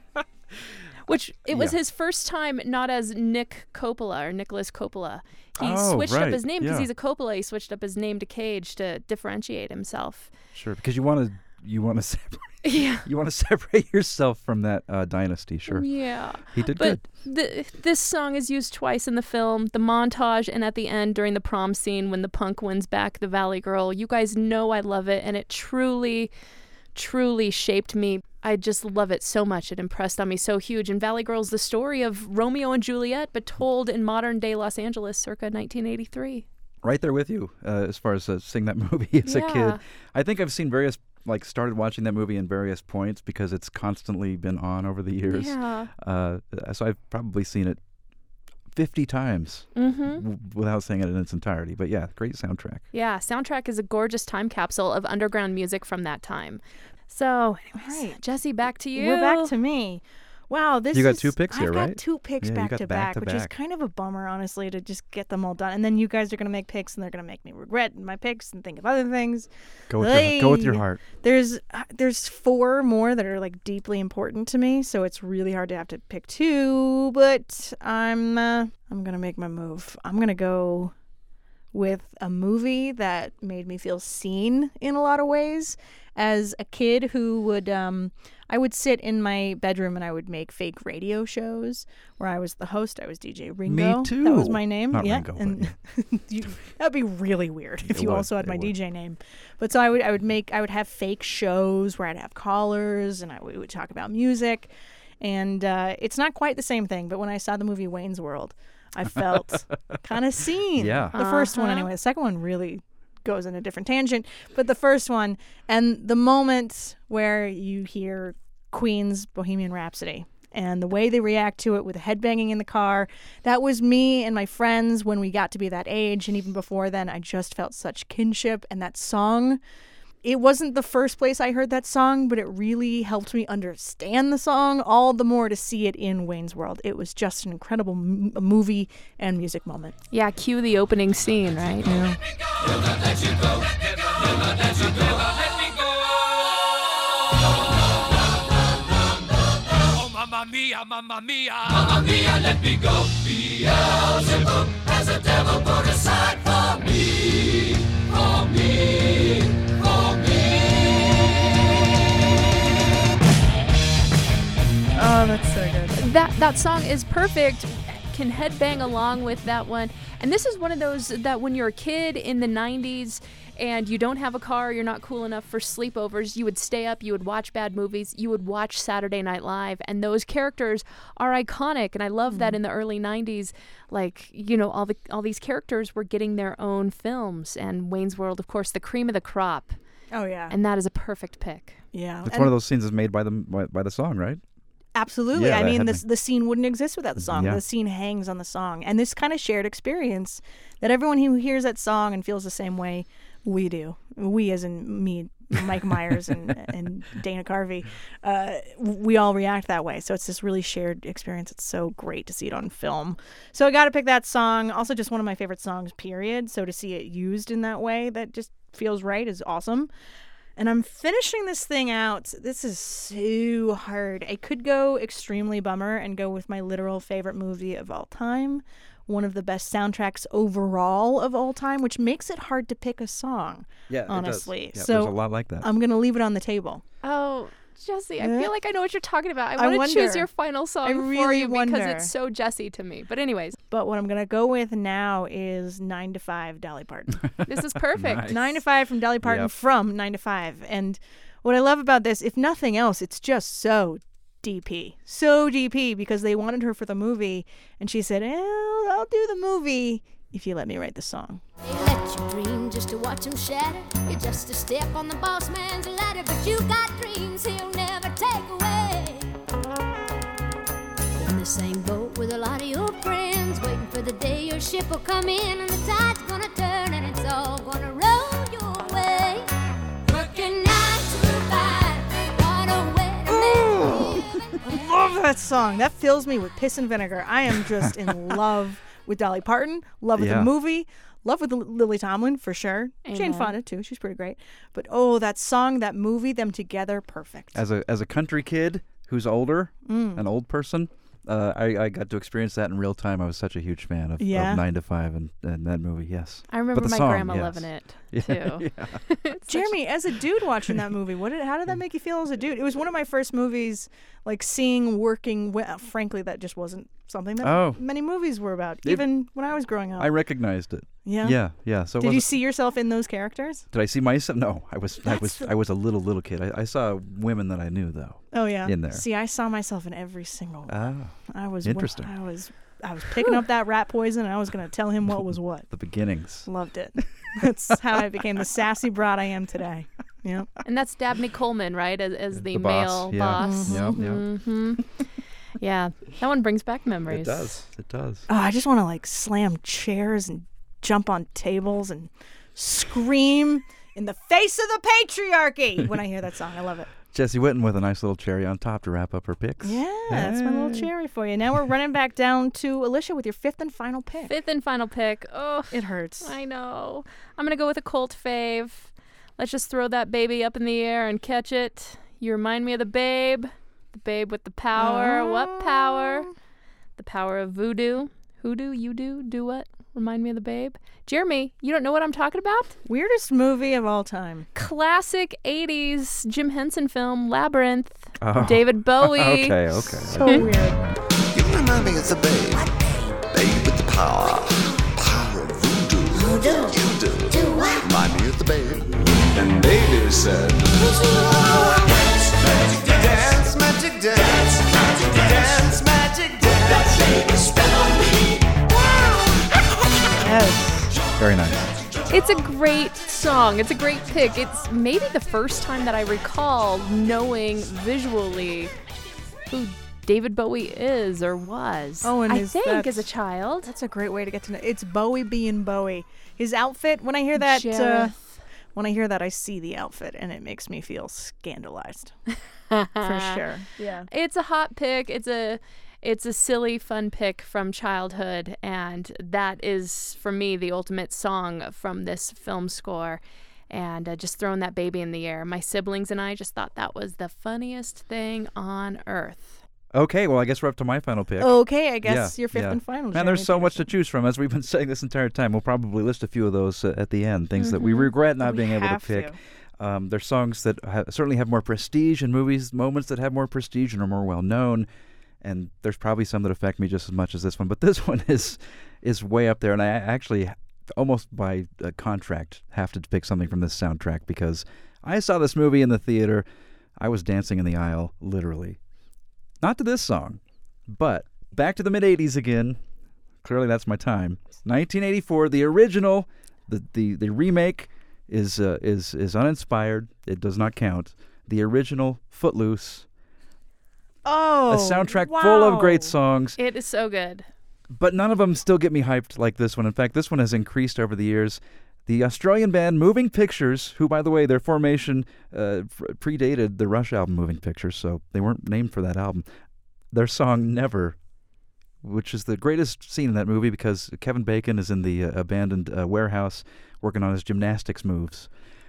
D: Which it was
C: Yeah.
D: his first time not as Nick Coppola or Nicholas Coppola. He
C: Oh,
D: switched up
C: right,
D: his name because
C: yeah.
D: he's a Coppola. He switched up his name to Cage to differentiate himself.
C: Sure. Because you want to. You want to [laughs] separate.
D: Yeah.
C: You want to separate yourself from that uh, dynasty, sure.
D: Yeah.
C: He did
D: But th- this song is used twice in the film, the montage, and at the end during the prom scene when the punk wins back the Valley Girl. You guys know I love it, and it truly, truly shaped me. I just love it so much. It impressed on me so huge. And Valley Girl's the story of Romeo and Juliet, but told in modern day Los Angeles circa 1983.
C: Right there with you uh, as far as uh, seeing that [laughs] movie as a
D: Yeah.
C: kid. I think I've seen various, like, started watching that movie in various points because it's constantly been on over the years.
D: Yeah.
C: Uh, so I've probably seen it 50 times
D: Mm-hmm.
C: w- without seeing it in its entirety. But yeah, great soundtrack.
D: Yeah. Soundtrack is a gorgeous time capsule of underground music from that time. So, anyways,
B: Right.
D: Jesse, back to you.
B: We're back to me. Wow, this
C: You got
B: is-
C: two picks here,
B: I've
C: right?
B: got two picks
C: Yeah, you
B: back
C: got
B: to back,
C: back to
B: which is
C: back.
B: kind of a bummer, honestly, to just get them all done. And then you guys are going to make picks, and they're going to make me regret my picks and think of other things.
C: Go with, your, go with your
B: Hey.
C: heart.
B: There's uh, there's four more that are like deeply important to me, so it's really hard to have to pick two. But I'm uh, I'm gonna make my move. I'm gonna go with a movie that made me feel seen in a lot of ways as a kid who would um I would sit in my bedroom and I would make fake radio shows where I was the host. I was DJ Ringo. That was
C: too.
B: my name.
C: Not
B: yeah.
C: Ringo, but
B: and [laughs] you, that'd be really weird if
C: It
B: you
C: would,
B: also had
C: it
B: my
C: would.
B: DJ name. But so I would I would make I would have fake shows where I'd have callers and I we would talk about music, and uh, it's not quite the same thing. But when I saw the movie Wayne's World, I
C: [laughs]
B: felt kind of seen.
C: Yeah.
B: the first one anyway. The second one really goes in a different tangent, but the first one and the moment where you hear Queen's Bohemian Rhapsody and the way they react to it with headbanging in the car. That was me and my friends when we got to be that age. And even before then, I just felt such kinship. And that song, it wasn't the first place I heard that song, but it really helped me understand the song all the more to see it in Wayne's World. It was just an incredible m- movie and music moment.
D: Yeah, cue the opening scene, right?
E: Oh, mamma mia, mamma mia. Mamma mia, let me go. Beelzebub has a devil put aside for me. For me. For me.
D: that that song is perfect. Can headbang along with that one. And this is one of those that when you're a kid in the 90s and you don't have a car, you're not cool enough for sleepovers, you would stay up, you would watch bad movies, you would watch Saturday Night Live. And those characters are iconic. And I love that in the early 90s, like, you know, all, the, all these characters were getting their own films. And Wayne's World, of course, the cream of the crop.
B: Oh yeah,
D: And that is a perfect pick.
B: yeah.
C: It's
B: And
C: one of those scenes that's made by the by, by the song, right?
B: Absolutely.
C: Yeah,
B: I
C: that
B: mean,
C: had
B: this, the scene wouldn't exist without the song.
C: Yeah.
B: The scene hangs on the song, and this kind of shared experience that everyone who hears that song and feels the same way we do. We, as in me, Mike Myers, and,
C: [laughs]
B: and Dana Carvey, uh, we all react that way. So it's this really shared experience. It's so great to see it on film. So I got to pick that song. Also, just one of my favorite songs. Period. So to see it used in that way, that just feels right, is awesome. And I'm finishing this thing out. This is so hard. I could go extremely bummer and go with my literal favorite movie of all time, one of the best soundtracks overall of all time, which makes it hard to pick a song. honestly.
C: Yeah,
B: so
C: there's a lot like that.
B: I'm gonna leave it on the table.
D: Oh, Jesse, I
B: Yeah.
D: feel like I know what you're talking about.
B: I
D: I want to choose
B: wonder.
D: your final song for
B: really
D: you because
B: wonder.
D: it's so Jesse to me. But anyways,
B: But what I'm gonna go with now is Nine to Five, Dolly Parton.
C: [laughs]
D: this is perfect.
C: Nice.
B: Nine to Five from Dolly Parton
C: Yep.
B: from Nine to Five. And what I love about this, if nothing else, it's just so DP. So DP because they wanted her for the movie. And she said, eh, I'll do the movie if you let me write the song.
I: They let you dream just to watch them shatter. You're just a step on the boss man's ladder, but you got dreams he'll never take away. In the same boat with a lot of your friends, waiting for the day your ship will come in and the tide's gonna turn and it's all gonna roll your way. Working nine to five, what a way to make a living.
B: Love that song. That fills me with piss and vinegar. I am just
C: [laughs]
B: in love with Dolly Parton, love with
C: Yeah.
B: the movie. Love with L- Lily Tomlin for sure. Jane
D: Amen.
B: Fonda too. She's pretty great. But oh, that song, that movie, them together, perfect.
C: as a as a country kid who's older,
B: Mm.
C: an old person, uh, I, I got to experience that in real time. I was such a huge fan of,
B: Yeah.
C: of Nine to Five and, and that movie. Yes,
D: I remember
C: the
D: my
C: song,
D: grandma
C: yes.
D: loving it
C: [laughs]
D: too.
B: Jeremy, as a dude watching that movie, what did, how did that make you feel as a dude? It was one of my first movies, like seeing working. Well, frankly, that just wasn't something that
C: Oh.
B: many movies were about,
C: It-
B: even when I was growing up.
C: I recognized it.
B: yeah,
C: Yeah, yeah. So it
B: Did you
C: wasn't-
B: see yourself in those characters?
C: did I see myself? No, I was I was I was a little little kid. I, I saw women that I knew though.
B: Oh yeah,
C: In there.
B: See, I saw myself in every single. one.
C: Ah,
B: I was
C: interesting.
B: I was I was picking up that rat poison, and I was gonna tell him what was what.
C: the beginnings.
B: Loved
C: [laughs]
B: it. That's how I became the sassy brat I am today. Yep.
D: And that's Dabney Coleman, right? As, as the,
C: The boss,
D: male
C: yeah.
D: boss.
B: Mm-hmm.
C: Yeah, yeah.
D: hmm yeah, that one brings back memories.
C: It does. It does.
B: Oh, I just want to like slam chairs and jump on tables and scream in the face of the [laughs] patriarchy when I hear that song. I love it.
C: Jesse Witten with a nice little cherry on top to wrap up her picks.
B: Yeah, that's my little cherry for you. Now we're running back down to Alicia with your fifth and final pick.
D: Fifth and final pick. Oh,
B: It hurts.
D: I know. I'm gonna go with a cult fave. Let's just throw that baby up in the air and catch it. You remind me of the babe, the babe with the power. What power?
C: Oh.
D: The power of voodoo. Who do you do? Do what? Remind me of the babe. Jeremy, you don't know what I'm talking about?
B: Weirdest movie of all time.
D: Classic 80s Jim Henson film, Labyrinth.
C: Oh. [laughs]
D: David Bowie.
C: Okay. Okay.
B: [laughs] So weird.
H: You remind me of the babe. Babe with the power. Power of voodoo. You do. Remind me of the babe. And baby said. Dance, magic, dance. Dance, magic, dance. That baby spell on me.
B: Yes.
C: Very nice.
D: It's a great song. It's a great pick. It's maybe the first time that I recall knowing visually who David Bowie is or was.
B: Oh, and
D: I
B: is
D: think
B: that-
D: as a child.
B: That's a great way to get to know. It's Bowie being Bowie. His outfit, when I hear that, uh,
D: Jareth.
B: when I hear that, I see the outfit and it makes me feel [laughs] scandalized. for sure. Yeah.
D: It's a hot pick. It's a it's a silly fun pick from childhood and that is for me the ultimate song from this film score. And uh, just throwing that baby in the air. My siblings and I just thought that was the funniest thing on earth.
C: Okay. Well, I guess we're up to my final pick.
B: Okay, I
C: Yeah,
B: guess your fifth
C: yeah.
B: and final.
C: Man, there's
B: Jeremy
C: so much to
B: Peterson.
C: choose from. As we've been [laughs] saying this entire time, we'll probably list a few of those uh, at the end. Things that we regret not
B: Mm-hmm. We
C: being able to
B: have
C: pick.
B: to.
C: Um, there's songs that ha- certainly have more prestige and movies, moments that have more prestige and are more well known. and there's probably some that affect me just as much as this one, but [laughs] this one is is way up there, and I actually almost by uh, contract have to pick something from this soundtrack because I saw this movie in the theater. I was dancing in the aisle, literally. Not to this song, but back to the mid '80s again. Clearly, that's my time. 1984, the original, the the, the remake is uh, is is uninspired. It does not count. The original Footloose,
B: Oh,
C: a soundtrack full of
B: wow.
C: great songs,
D: It is so good.
C: but none of them still get me hyped like this one. In fact, this one has increased over the years. The Australian band Moving Pictures, who, by the way, their formation uh, f- predated the Rush album Moving Pictures, so they weren't named for that album. Their song Never, which is the greatest scene in that movie because Kevin Bacon is in the uh, abandoned uh, warehouse working on his gymnastics moves.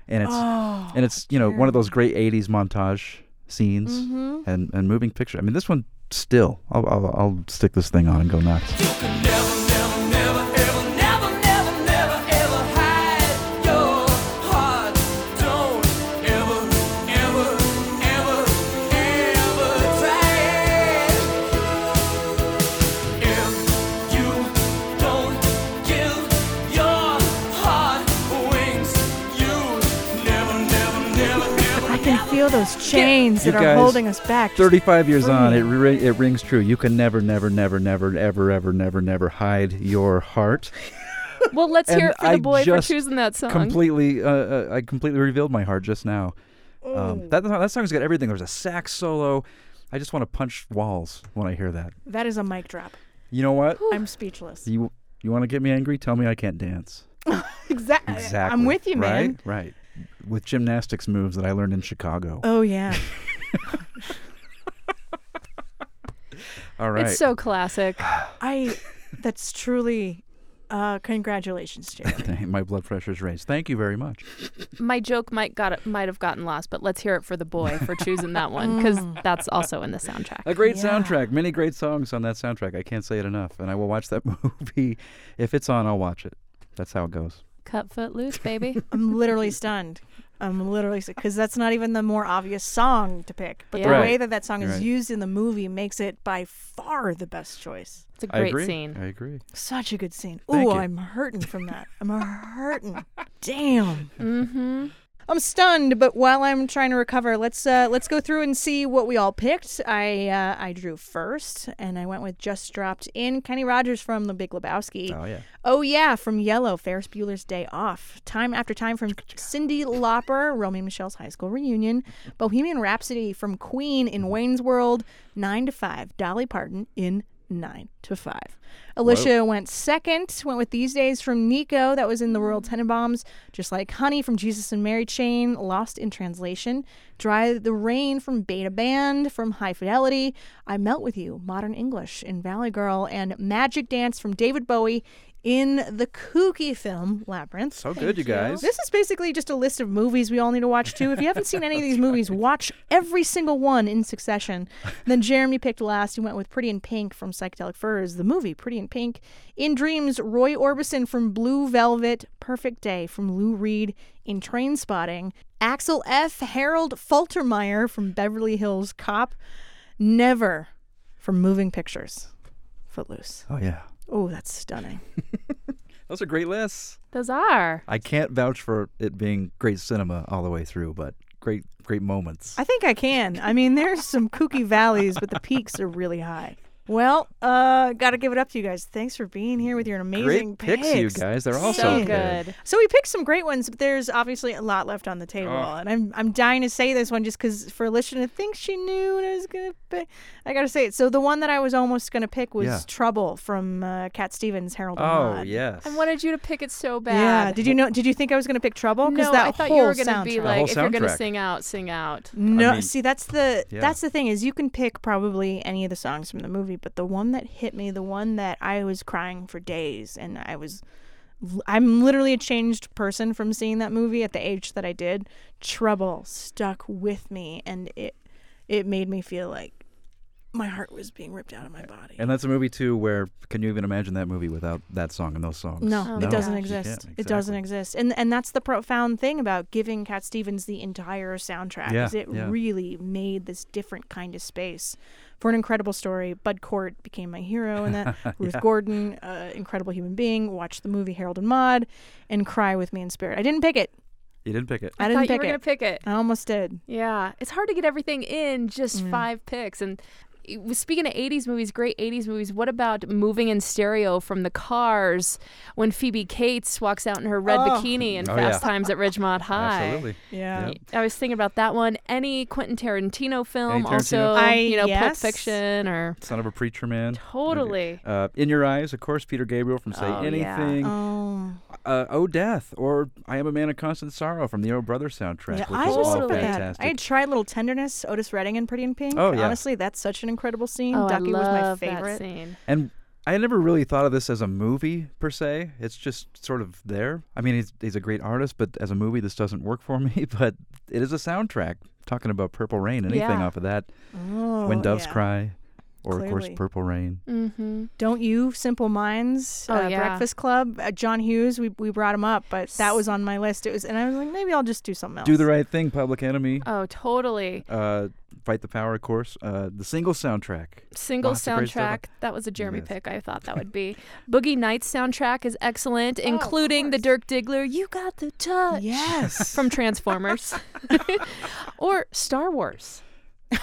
C: And it's,
B: Oh,
C: and it's you know, one of those great 80s montage scenes and, and moving picture. I mean, this one still, I'll, I'll, I'll stick this thing on and go nuts.
B: I can feel those chains
C: You
B: that are
C: guys,
B: holding us back. Just
C: 35 years
B: free
C: on,
B: me.
C: it ri- it rings true. You can never, never, never, never, ever, ever, never, never hide your heart.
D: Well, let's hear it for the
C: I
D: boy for
C: just
D: choosing that song.
C: Completely, uh, uh, I completely revealed my heart just now.
B: Oh.
C: Um, that that song's got everything. There's a sax solo. I just want to punch walls when I hear that.
B: That is a mic drop.
C: You know what?
B: I'm speechless.
C: You you want to get me angry? Tell me I can't dance.
B: Exactly.
C: Exactly.
B: I'm with you, man.
C: Right, right. With gymnastics moves that I learned in Chicago.
B: Oh yeah.
C: All right.
D: It's so classic.
B: I. That's truly. Uh, congratulations, Jared.
C: [laughs] my blood pressure's raised. Thank you very much.
D: My joke might got it, might have gotten lost, but let's hear it for the boy for choosing that one because that's also in the soundtrack.
C: [laughs] A great
B: Yeah.
C: soundtrack. Many great songs on that soundtrack. I can't say it enough. And I will watch that [laughs] movie. If it's on, I'll watch it. That's how it goes.
D: Cut foot loose, baby.
B: I'm
C: [laughs]
B: literally stunned. I'm literally because that's not even the more obvious song to pick, but the
D: Yeah. Right.
B: way that that song is
C: Right.
B: used in the movie makes it by far the best choice.
D: It's a
C: I
D: great
C: agree.
D: scene.
C: I agree.
B: Such a good scene.
C: Thank
B: Ooh,
C: you.
B: I'm hurting from that. I'm hurting. Damn. Mm-hmm. I'm stunned, but while I'm trying to recover, let's uh, let's go through and see what we all picked. I uh, I drew first, and I went with just dropped in Kenny Rogers from The Big Lebowski.
C: Oh, yeah.
B: Oh yeah, from Yellow, Ferris Bueller's Day Off. Time after time from Cindy Lauper, Romy and Michelle's High School Reunion. Bohemian Rhapsody from Queen in Wayne's World, Nine to Five. Dolly Parton in Nine to Five. Alicia went second. Went with These Days from Nico. That was in the Royal Tenenbaums. Just like Honey from Jesus and Mary Chain. Lost in Translation. Dry the Rain from Beta Band. From High Fidelity. I Melt with You. Modern English in Valley Girl. And Magic Dance from David Bowie in the kooky film Labyrinth.
C: [laughs] So good, you guys.
B: This is basically just a list of movies we all need to watch too. If you haven't seen any of these movies, watch every single one in succession. Then Jeremy picked last. He went with Pretty in Pink from Psychedelic Furs, the movie Pretty in Pink. In Dreams, Roy Orbison from Blue Velvet, Perfect Day from Lou Reed. In Train Spotting, Axel F. Harold Faltermeyer from Beverly Hills Cop. Never from Moving Pictures. Footloose.
C: Oh, yeah.
B: Oh, that's stunning.
C: Those are great lists.
D: Those are.
C: I can't vouch for it being great cinema all the way through, but great, great moments.
B: I think I can. I mean, there's some kooky valleys, but the peaks are really high. Well, uh, gotta give it up to you guys. Thanks for being here with your amazing
C: great picks, you guys. They're all
D: So
C: so good.
D: good.
B: So we picked some great ones, but there's obviously a lot left on the table, and I'm I'm dying to say this one just because for Alicia to think she knew what I was gonna pick, I gotta say it. So the one that I was almost gonna pick was
C: Yeah.
B: Trouble from uh, Cat Stevens, Harold. and
C: Oh,
B: Maude.
C: yes.
D: I wanted you to pick it so bad.
B: Yeah. Did you know? Did you think I was gonna pick Trouble?
D: No,
B: that
D: I thought
B: whole
D: you were going to be
B: soundtrack-
D: like,
C: whole
D: if you're going to
C: soundtrack.
D: sing out, sing out.
B: No,
C: mean-
B: see that's the
C: Yeah.
B: that's the thing is you can pick probably any of the songs from the movie, but the one that hit me, the one that I was crying for days, and I was, I'm literally a changed person from seeing that movie at the age that I did. Trouble stuck with me, and it it made me feel like my heart was being ripped out of my body.
C: And that's a movie, too, where can you even imagine that movie without that song and those songs?
B: No,
D: Oh
B: it
D: my
B: doesn't
D: gosh.
B: exist.
C: You can't,
B: It doesn't
C: exactly.
B: exist. And and that's the profound thing about giving Cat Stevens the entire soundtrack
C: Yeah,
B: is it
C: yeah.
B: really made this different kind of space for an incredible story. Bud Cort became my hero in
C: [laughs]
B: that. Ruth Gordon, uh, incredible human being. Watch the movie Harold and Maude, and cry with me in spirit. I didn't pick it.
C: You didn't pick it.
B: I,
D: I
B: didn't
D: thought you
B: pick
D: were gonna
B: it.
D: pick it.
B: I almost did.
D: Yeah, it's hard to get everything in just
B: Mm.
D: five picks. And it was- speaking of 80s movies, great 80s movies, what about moving in stereo from the cars when Phoebe Cates walks out in her red bikini in
C: Oh,
D: Fast
C: yeah.
D: Times
C: [laughs]
D: at Ridgemont High?
C: Absolutely.
B: Yeah.
C: Yep.
D: I was thinking about that one. Any Quentin Tarantino film,
C: Any Tarantino?
D: also,
B: I-
D: you know,
B: yes.
D: Pulp Fiction or
C: Son of a preacher man.
D: Totally.
C: Uh, in your eyes, of course, Peter Gabriel from Say
D: Oh, yeah.
C: Anything.
B: Oh,
C: uh, Oh Death or I Am a Man of Constant Sorrow from the Oh Brother soundtrack,
B: yeah,
C: which
B: I
C: is
B: was
C: all
B: over that.
C: fantastic.
B: I had tried Little Tenderness, Otis Redding, and Pretty in Pink.
C: Oh, yeah.
B: Honestly, that's such an incredible scene.
D: Oh,
B: Ducky
D: I
B: was my
D: love
B: favorite.
D: That scene.
C: and I never really thought of this as a movie per se. It's just sort of there. I mean, he's, he's a great artist, but as a movie, this doesn't work for [laughs] me. But it is a soundtrack. Talking about Purple Rain, anything
D: Yeah.
C: off of that,
B: Oh,
C: When Doves
B: yeah.
C: Cry, or of course
B: Clearly.
C: Purple Rain.
D: Mm-hmm.
B: Don't You, Simple Minds,
D: Oh,
B: uh,
D: yeah.
B: Breakfast Club, uh, John Hughes. We, we brought him up, but that was on my list. It was, and I was like, maybe I'll just do something else.
C: Do
D: [laughs]
C: the Right Thing, Public Enemy,
D: Oh, totally.
C: uh, Fight the Power, of course. Uh, the single soundtrack.
D: single
C: Lots of great stuff.
D: soundtrack. That was a Jeremy
C: Yes.
D: pick. I thought that would be Boogie Nights soundtrack is excellent, including the Dirk Diggler "You Got the Touch"
B: Oh, Yes. [laughs]
D: from [laughs] Transformers, or Star Wars. yeah,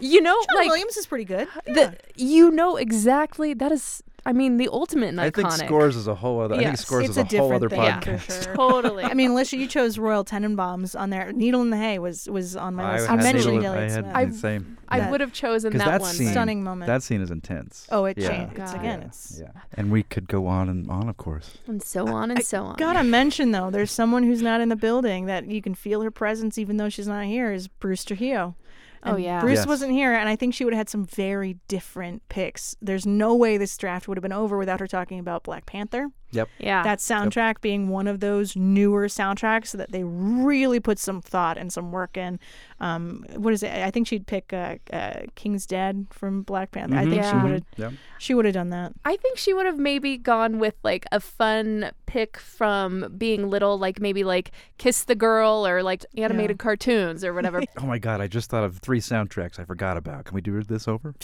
D: you know,
B: John
D: like
B: Williams is pretty good.
D: the you know exactly that is. I mean, the ultimate and
C: I
D: iconic.
C: think scores is a whole other. I think
D: Yes.
C: scores
B: It's
C: is
B: a
C: a, whole
B: different
C: other
B: thing,
D: yeah,
C: podcast.
B: for sure.
D: totally.
B: I mean, Alicia, you chose Royal Tenenbaums on there. Needle in the Hay was was on my
C: I
B: list.
C: had
B: I
C: Needle
B: mentioned
C: in-
B: Neil
C: I
B: Smith.
C: had
D: I-
C: the same.
D: I
B: that-
D: would have chosen
C: 'Cause
D: that,
C: that
D: one.
C: scene-
B: Stunning moment.
C: That scene is intense.
B: Oh, it
C: Yeah.
B: changed. It's
D: God.
B: again, it's
C: Yeah. And we could go on and on, of course.
D: and so on and so on.
B: Gotta mention though, there's someone who's not in the building that you can feel her presence even though she's not here. Is Brewster Hugh?
D: Oh,
B: And
D: yeah.
B: Bruce
C: Yes.
B: wasn't here, and I think she would have had some very different picks. There's no way this draft would have been over without her talking about Black Panther.
C: Yep.
D: yeah,
B: That soundtrack being one of those newer soundtracks that they really put some thought and some work in. Um, what is it? I think she'd pick uh, uh, King's Dead from Black Panther. I think she
D: Yeah.
B: would have.
C: Yep.
B: She would have done that.
D: I think she would have maybe gone with like a fun pick from being little, like maybe like Kiss the Girl or like animated cartoons
C: [laughs]
D: or whatever.
C: Oh my God! I just thought of three soundtracks I forgot about. Can we do this over?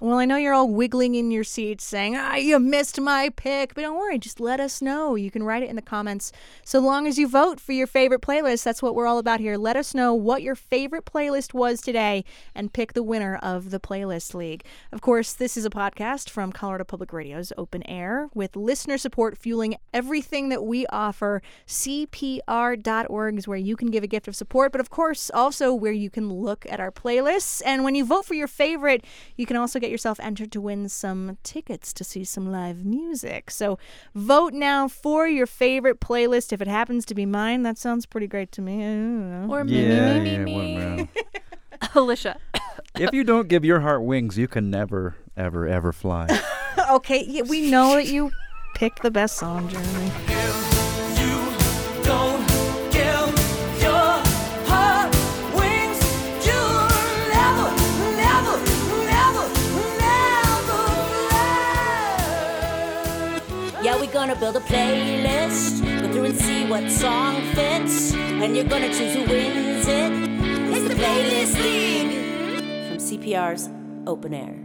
B: Well, I know you're all wiggling in your seats saying, ah, you missed my pick, but don't worry, just let us know. You can write it in the comments. So long as you vote for your favorite playlist, that's what we're all about here. Let us know what your favorite playlist was today and pick the winner of the Playlist League. Of course, this is a podcast from Colorado Public Radio's Open Air with listener support fueling everything that we offer. CPR.org is where you can give a gift of support, but of course, also where you can look at our playlists. And when you vote for your favorite, you can also get yourself entered to win some tickets to see some live music. So vote now for your favorite playlist. If it happens to be mine, that sounds pretty great to me. I don't know.
D: or me,
C: Yeah.
D: me, me,
C: yeah,
D: me, me.
C: well, well.
D: [laughs] Alicia.
C: if you don't give your heart wings, you can never, ever, ever fly.
B: okay, yeah, we know that [laughs] you picked the best song, Jeremy.
A: Yeah, we're gonna build a playlist. Go through and see what song fits. And you're gonna choose who wins it. It's the Playlist League from CPR's Open Air.